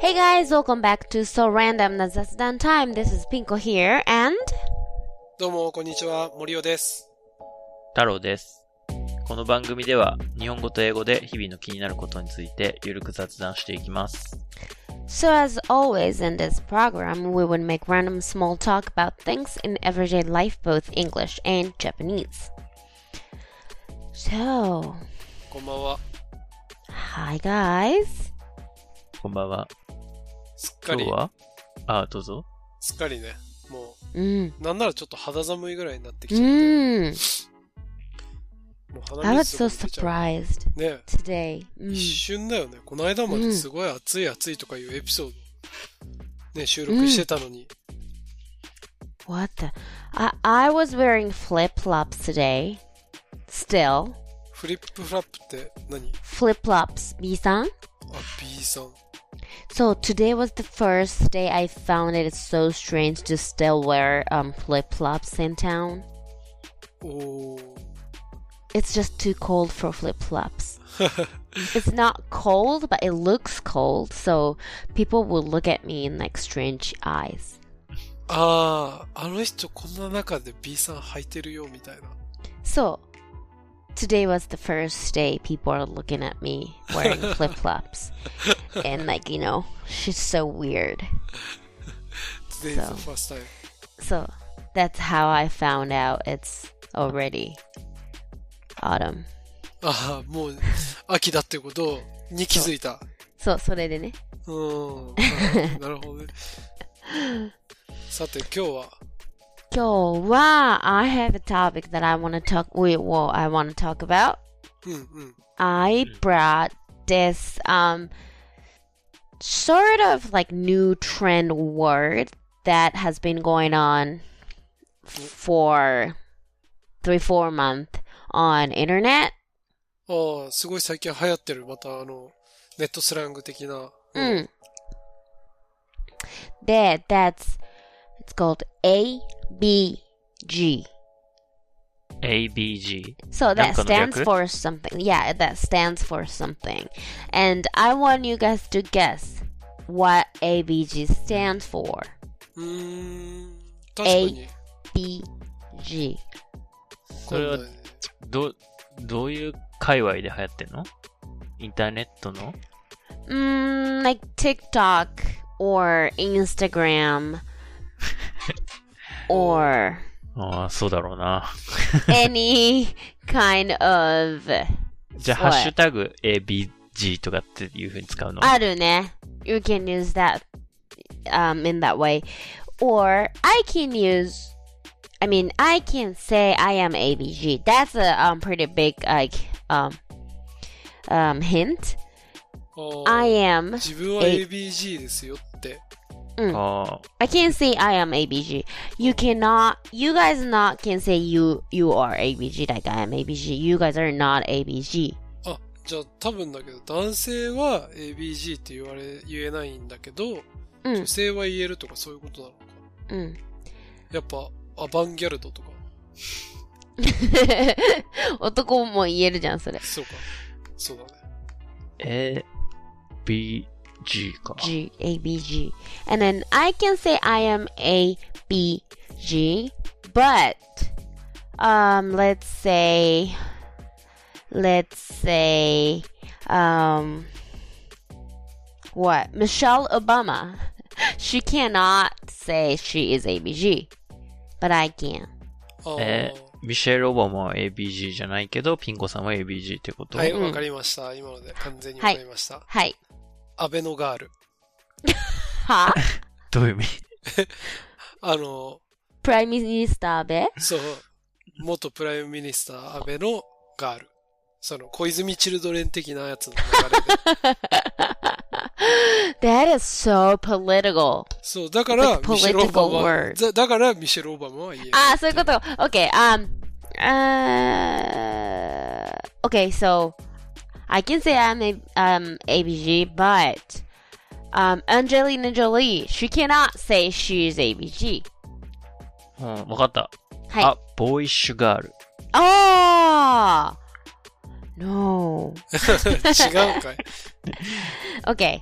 Hey guys, welcome back to So Random な雑談 Time. This is Pinko here and どうも、こんにちは、森尾です。太郎です。この番組では日本語と英語で日々の気になることについてゆるく雑談していきます。 So as always in this program, we would make random small talk about things in everyday life, both English and Japanese. So, こんばんは。 hi guys. こんばんは。すっか今り日、はあ、どうぞ。すっかりね、もうん。う、なんならちょっと肌寒いぐらいになってきちゃって、 Mm. もう I 鼻 was 水 so とか出ちゃ surprised う。ね、 today. 一 Mm. 瞬だよね。この間まうでんすごい暑い暑いとかいうエピソード、ね、収録してたのに、 What the? I, I was wearing flip flops today. Still. フリップフラップって何 Flip flops, B さんあ、B さん。 So today was the first day I found it so strange to still wear um, flip flops in town. おー。 It's just too cold for flip flops. it's not cold, but it looks cold, so people will look at me in like strange eyes. あー、あの人こんな中で B さん履いてるよ、みたいな。 So today was the first day people are looking at me wearing flip flops. And like, you know, she's so weird. Today's the first time. So that's how I found out it's already autumn. あー、もう、秋だってことをに気づいた。そう、それでね。うーん。 なるほどね。さて、今日は、今日は、I have a topic that I want to talk, we, well, I want to talk about. うんうん。 I brought this, um, sort of like new trend word that has been going on for three, four month on internet. ああ、すごい最近流行ってる。また、あの、ネットスラング的な。 Mm. That, that's, it's called ABG. ABG。 So that なんかの略？ stands for something. Yeah, that stands for something. And I want you guys to guess what ABG stands for. うーん。確かに。 BG. それはわかんないねど、どういう界隈で流行ってんのインターネットの Mm, like TikTok or Instagram or ああ、そうだろうな。 any kind of じゃそあ、ハうッシュタグ ABG とかっていう風に使うの arune. You can use that um, in that way. Or I can use I mean, I can say I am ABG. That's a um, pretty big like um, um, hint. あ I あ am. 自分はえ ABG ですよって。ああ、 I can say I am ABG. You cannot. You guys not can say you you are ABG. Like I am ABG. You guys are not ABG. あ、じゃあ多分だけど、男性は ABG って言われ、言えないんだけど、うん女性は言えるとかそういうことなのか。 Mm. やっぱ、アバンギャルドとか。男も言えるじゃんそれ。G そうか。そうだね。 ABG か。 ABG. And then I can say I am ABG. But um, let's say let's say um what michelle obama she cannot say she is abg but i can ああ。えーミシェル・オバマは ABG じゃないけど、ピンコさんは ABG ってこと、はい、うんわかりました。今ので完全にわかりました。 hi アベノガール。 ha どういう意味あの、 prime minister be そう、元プライムミニスター、安倍のガール。その、小泉チルドレン的なやつの流れ で。 that is so political そう、だから、 Like ミシェル・オバマ political は word.、ざだから、ミシェル・オバマは言える。 Ah, so good. Okay. Um. Uh, okay. So I can say I'm a, um ABG, but um Angelina Jolie, she cannot say she's ABG. うん、わかった。 Hi. あ、ボーイッシュガール。 Oh. No. 違うんかい。 Okay.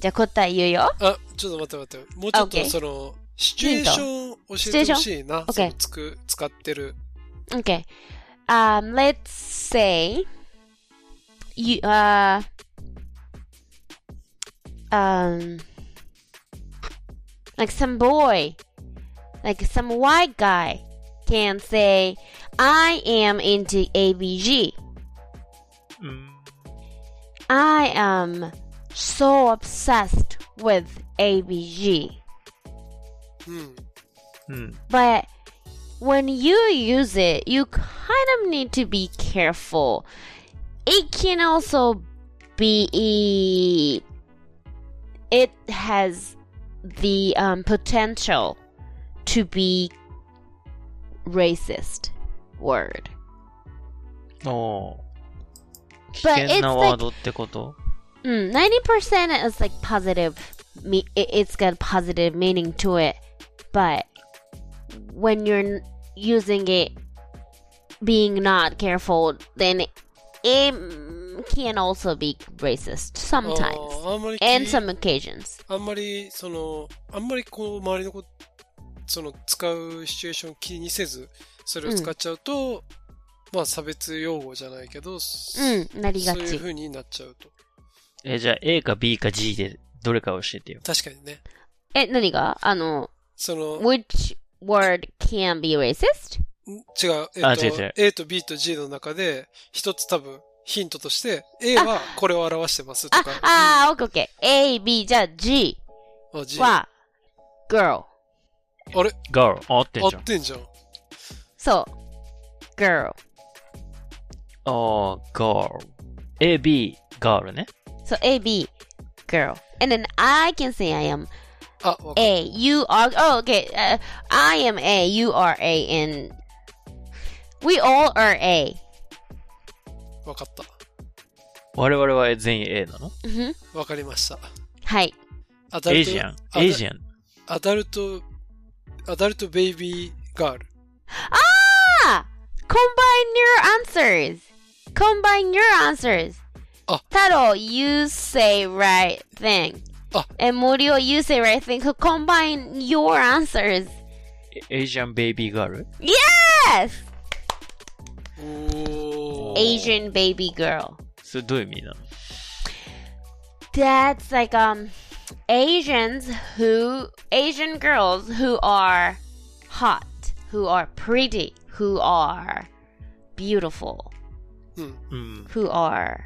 じゃあ答え言うよ。あ、ちょっと待って待って。もうちょっと Okay その、シチュエーション教えてほしいな。トその Okay つく使ってる。 Okay. Um, let's say you uh um like some boy, like some white guy can say I am into ABG. うん。 I am so obsessed with ABG. うん。うん。 But when you use it, you kind of need to be careful. It can also be. It has the um, potential to be racist word. おー危険な it's ワードってこと、 Mm, 90% is like positive. Me, it, it's got positive meaning to it, but when you're n- using it, being not careful, then it, mm, can also be racist あ sometimes ーあんまり聞い and some occasions. あんまり、その、あんまりこう、周りのこその、使うシチュエーション気にせず、それを使っちゃうと、まあ、差別用語じゃないけど、そそういう風になっちゃうと。え、じゃあ A か B か G でどれか教えてよ。確かにね。うん、なりがち。え、何があの、which その、 word can be racist? ん違う、えっ、あと違う違う A と B と G の中で、一つ多分、ヒントとして、A はこれを表してますとか、あ、あ、okay, Ah, okay. A, B, じゃあ B は G。あ Gは girl. れ Girl。あ、合ってんじ合ゃんっ。てんじゃん。そう。girl. あー、Girl。A、B、Girl ね。 So A B girl. And then I can say I am あ、わかる A. You are oh okay. Uh, I am A. You are A. And we all are A. わかった。我々は全員 A なのうんわかりました。はい。アダエルイトジアン。アダエイジアン。アダルト、アダルトベイビーガール。 Ah, combine your answers. Combine your answers. あ。 Taro, you say right thing. あ。 And Murio, you say right thing. So combine your answers. エイジアンベイビーガール Yes. おー Asian baby girl. それどういう意味なの that's like um Asians who Asian girls who are hot, who are pretty, who are beautiful, うん。 who are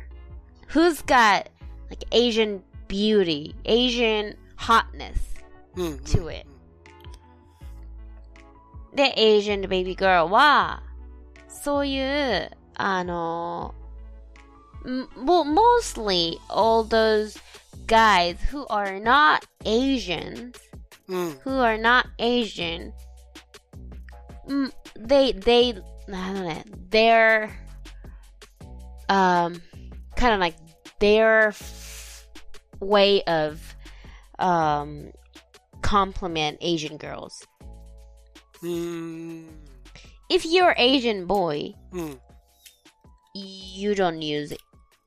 who's got like Asian beauty, Asian hotness うんうん。 to it. The Asian baby girl はそういうあの m- well mostly all those guys who are not Asians うん。 who are not Asian, mm, they they I don't know, they're um kind of like their f- way of um compliment Asian girls. うーん。 If you're Asian boy, うん。 you don't use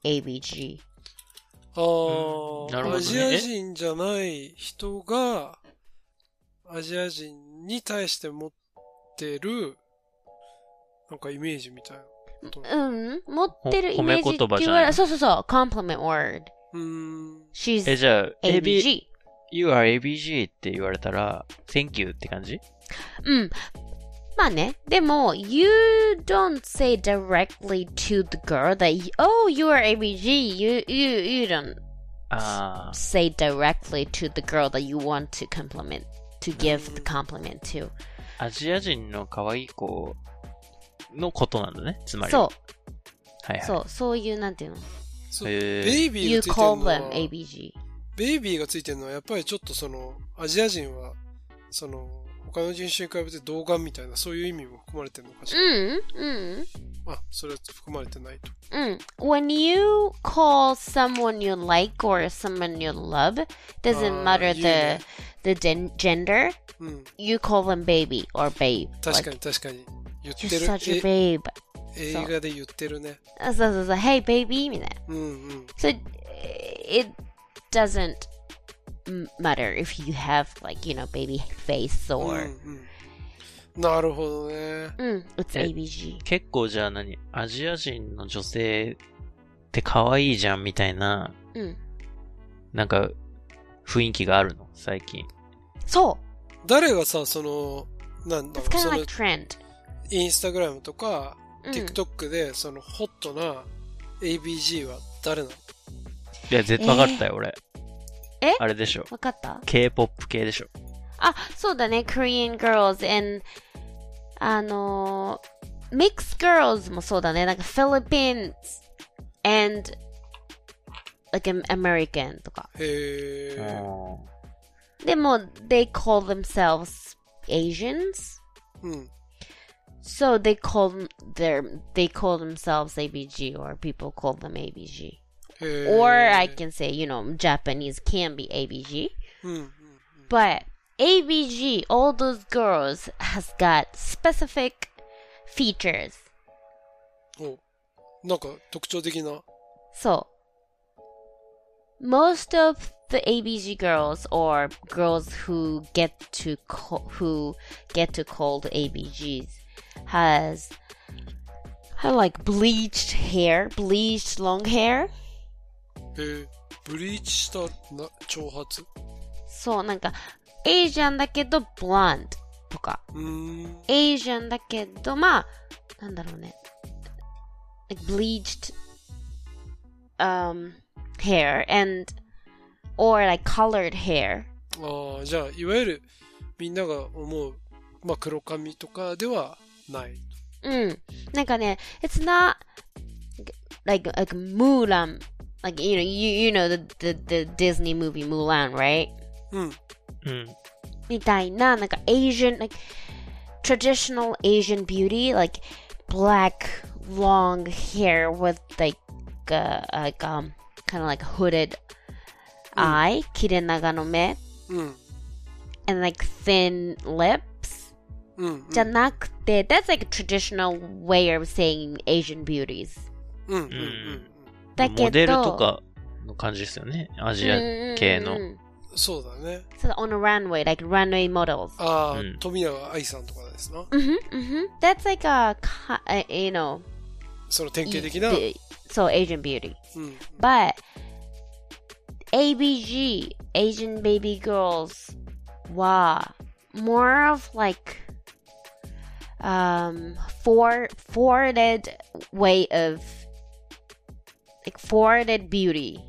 ABG. あーうんなるほどねアジア人じゃない人が、アジア人に対して持ってる、なんかイメージみたいなこと。Um, ほうん、持っ褒め言葉じゃない？てるイメージっていうのは、そうそうそう、compliment word. うーん。 She's え、じゃあ、AB、 ABG. You are ABG って言われたら、Thank you って感じうん。Mm. まあね。でも、you don't say directly to the girl that, oh, you are ABG. You, you, you don't あ say directly to the girl that you want to compliment, to give the compliment to. あ、アジア人の可愛い子のことなんだね。つまり。。そうはい、う、はい。そう、そういう、なんていうのそうへーベイビー ?you がついてる call のは them、ABG. ベイビーがついてるのはやっぱりちょっとその、アジア人は、その、他の人種に比べて童顔みたいな、そういう意味も含まれてるのかしうら。ん、うん。あ、それは含まれてないと。 Mm. When you call someone you like or someone you love, doesn't Uh, matter yeah. the the gen- gender. うん。 You call them baby or babe. 確 Like, かに確かに。言っ you're て such a る。 babe. え映画で言ってるね。 Uh, So, so, so, hey baby. みたいな。うんうん。 So it doesn't m- matter if you have like you know baby face うん or うんなるほどね。 mm, it's Eh. ABG. 結構じゃあ何アジア人の女性って可愛いじゃんみたいな、うんなんか雰囲気があるの最近。 So 誰がさ、その、なんだろ it's kind う、そ of の like、trend. インスタグラムとか、うん TikTok で、その、ホットな ABG は誰なのいや、絶対分かったよ、俺。えあれでしょ。わかった K-POP 系でしょ。あ、そうだね。Korean girls and あのー、mixed girls もそうだね。なんか Philippines and like an American とか。へうえ。んでも they call themselves Asians. うん。 So they call their they call themselves ABG or people call them ABG. へえ。 Or I can say, you know, Japanese can be ABG. うんうん。 But ABG, all those girls, has got specific features. おなんか、特徴的な。 So, most of the ABG girls or girls who get to co- who get to called ABGs has had like bleached hair, bleached long hair. へえ。ブリーチした、な、長髪 So, なんか Asian だけど blonde とか。うーん。 Asian だけど、まあ、なんだろうね。Like bleached um, hair and or like colored hair. ああ、じゃあ、いわゆる、みんなが思う、まあ、黒髪とかではない。うん。なんかね、it's not like, like Mulan. Like, you know, you, you know the, the, the Disney movie Mulan, right? うん。うん。みたいな、なんか Asian, like traditional Asian beauty, like black long hair with like, uh, like, um, kind of like hooded eye, 切れ長の目、うん。 and like thin lips うん。うんじゃなくて、that's like a traditional way of saying Asian beauties. うん。うん。だけど、モデルとかの感じですよね。アジア系うんうんの。うんうんそうだね。そう on a runway, like runway models. ああ、うん富永愛さんとかですな。うんうんうん。That's like a, ki- a you know, e, その典型的な。 the- そう、Asian beauty. うん。 But ABG, Asian baby girls, wow, more of like um for forwarded way of like forwarded beauty.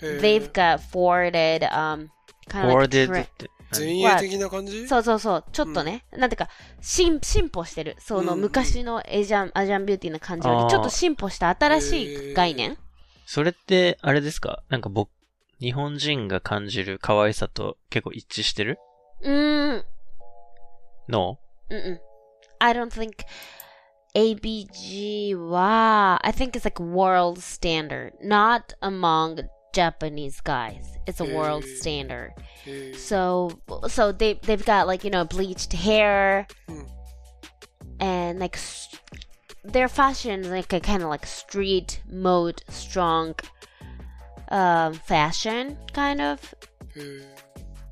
へー They've got forwarded um フ kind ォ of ワー like デ tre- ッドって。前衛的な感じそうそうそう、ちょっとね、なんていうか進、進歩してる、そのうん昔のエジャンアジアンビューティーな感じよあーり、ちょっと進歩した新しい概念、それって、あれですかなんか僕、日本人が感じる可愛さと結構一致してるうーん、のうん。I don't think ABG は、I think it's like world standard, not among Japanese guys. It's a へー world standard. へー So, so they they've got like you know bleached hair うん and like s- their fashion is like a kind of like street mode strong um, fashion kind of へ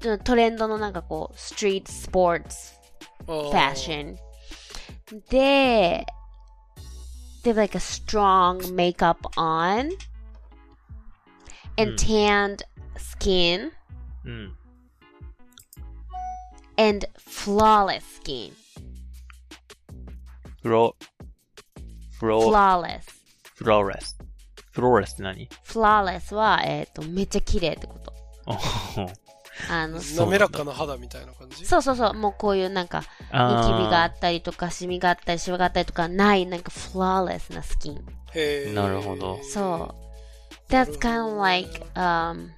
ートレンドのなんかこう street sports あー fashion で they have like a strong makeup on and うん tanned skin うん。 and flawless skin フロ、フロ、 flawless フローレス。フローレスって何 flawless は、えっとめっちゃ綺麗ってことおほほあのそう滑らかな肌みたいな感じそうそうそうもうこういうなんかニキビがああったりとかシミがあったりシワがあったりとかないなんか flawless なスキンへーなるほどそうな that's るほどね kind of like um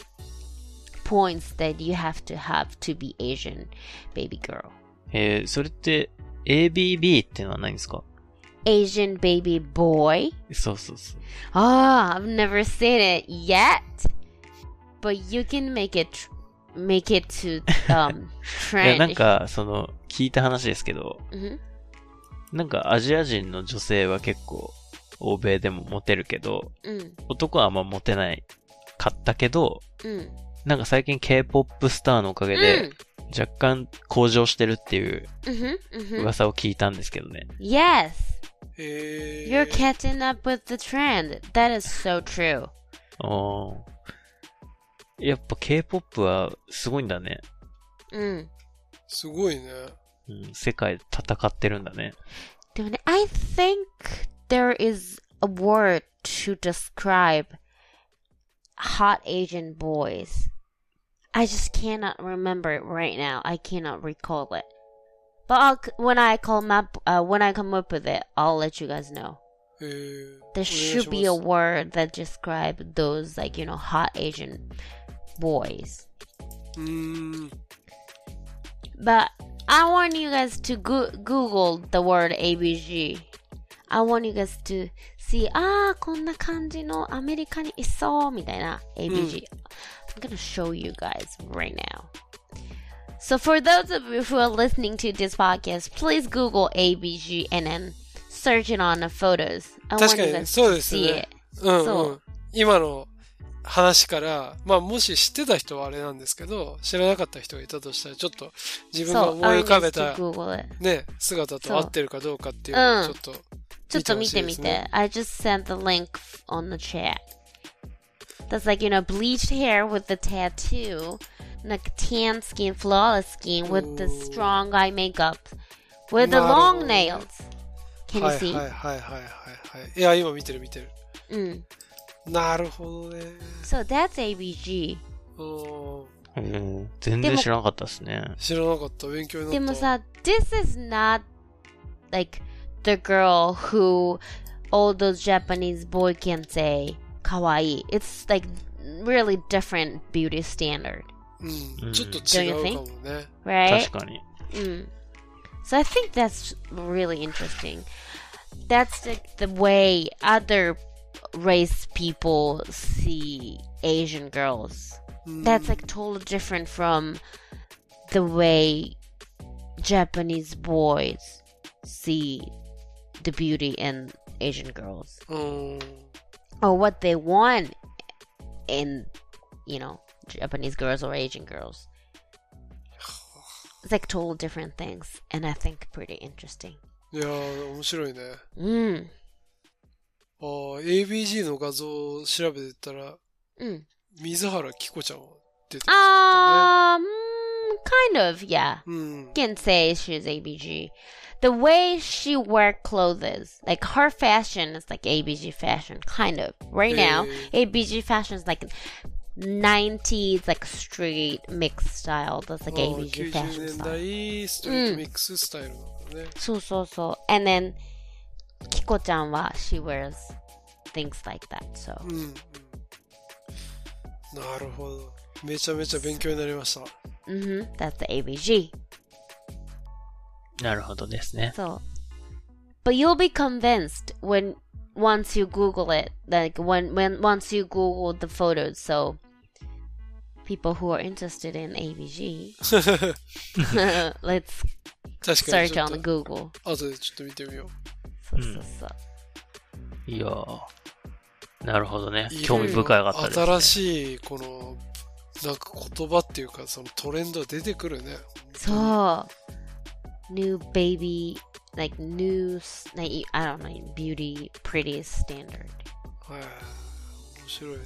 points that you have to have to be Asian baby girl ー。えー、それって、ABB ってのは何ですか Asian baby boy そうそうそう。 Ah, I've never seen it yet. But you can make it tr- make it to um いや、 trend. なんか、その、聞いた話ですけど、 Mhm. なんかアジア人の女性は結構欧米でもモテるけど、 Mm, 男はあんまモテないかったけど、 mm. ななんか最近 K-POP スターのおかげで、若干向上してるっていううん。うんふん、うんふん。噂を聞いたんですけどね。 Yes! えー、 You're catching up with the trend. That is so true. おーやっぱ K-POP はすごいんだね。うん。すごいね。うん、世界で戦ってるんだね。でもね、I think there is a word to describe hot Asian boys. I just cannot remember it right now. I cannot recall it. But I'll, c- when I come up, uh, when I come up with it, I'll let you guys know. えー、 There お願いし should ます be a word that describes those like you know hot Asian boys. うーん。 But I want you guys to go- Google the word ABG. I want you guys to see, ああ、こんな感じのアメリカにいそうみたいな ABG.、I'm gonna show you guys right now. So for those of you who are listening to this podcast, please Google ABG and then search it on the photos. I want 確か you に、 guys そう to です see ね it.。うん、そううん。今の話から、まあもし知ってた人はあれなんですけど、知らなかった人がいたとしたら、ちょっと自分が So, 思 I い浮 want か you べ guys to た、 Google it. ね、姿そうと合ってるかどうかっていうのをうんちょっと、ちょっと見てみ見てほしいですて。I just sent the link on the chat. That's like, you know, bleached hair with the tattoo, like tan skin, flawless skin, with the Ooh. strong eye makeup, with the なるほどね。 long nails. Can は you see? いはいはいはいはいはい。いや、今見てる見てる。 Mm. なるほどね。 So that's ABG. うん。うん、全で然も知らなかったですね。知らなかった。勉強になった。でもさ、this is not like the girl who all those Japanese boy can say kawaii. It's like really different beauty standard, う。うんんちょっと違うかもね。 right? 確かに。 Mm. So I think that's really interesting. That's the, the way other race people see Asian girls. うん That's like totally different from the way Japanese boys see the beauty in Asian girls うん。 or what they want in, you know, Japanese girls or Asian girls. It's like total different things, and I think pretty interesting. いやー、面白いね。 Mm. あー ABG の画像を調べてたら、 Mm. 水原希子ちゃんは出てきたね。 Um, kind of, yeah. うん。 can say she's ABG. The way she wear clothes, like her fashion is like ABG fashion, kind of. Right now, Yeah. ABG fashion is like 90s, like street mixed style. That's like あー ABG fashion 90年 style. 代ストリートミックススタイルなんだね。 So, so, so. And then, Kiko-chan wa, she wears things like that, so. うん。うんなるほど。めちゃめちゃ勉強になりました。 hmm That's the ABG. なるほどですね。 So, but you'll be convinced when once you Google it, like when when once you Google the photos. So, people who are interested in ABG, 確 let's かに search ちょっ on と。 Google. 後でちょっと見てみよ So, Mm. so, so. いやー。なるほどねう。。興味深かったです、ね。新しい、この、なんか言葉っていうか、そのトレンド出てくるね。 So, new baby, like new, s- like, I don't know, beauty, pretty standard. はい。面白いね。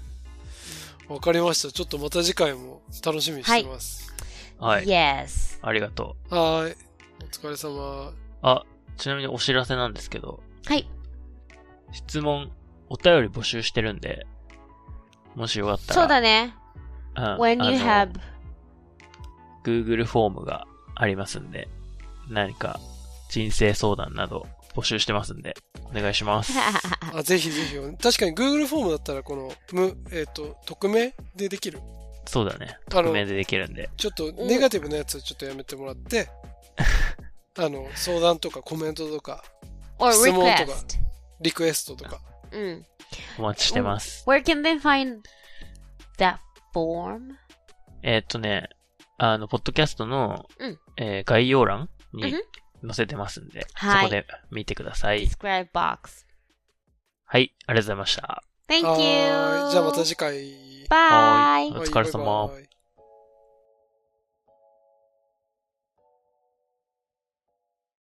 わかりました。ちょっとまた次回も楽しみにしてます。はい。 Yes. ありがとう。はーい。お疲れ様。あ、ちなみにお知らせなんですけど、 Hi. 質問、お便り募集してるんで、もしよかったら、 So, だね.うん When あ you の have, Google フォームがありますんで、何か人生相談など募集してますんで、お願い します。あ、ぜひぜひ。確かに Google フォームだったら、この、む、えっ、と、匿名でできる。そうだね。あの匿名でできるんで。ちょっと、ネガティブなやつちょっとやめてもらって、あの、相談とかコメントとか、 or 質問とか。 request. リクエストとか。 Mm. お待ちしてます。 Where can they find that form? えーっとね、あの、ポッドキャストの、うんえー概要欄うにん載せてますんで、そはいこで見てください。 Describe box. はい、ありがとうございました。 Thank Uh, はーいじゃあまた you. 次回。 Bye. お疲れは様いバイバイ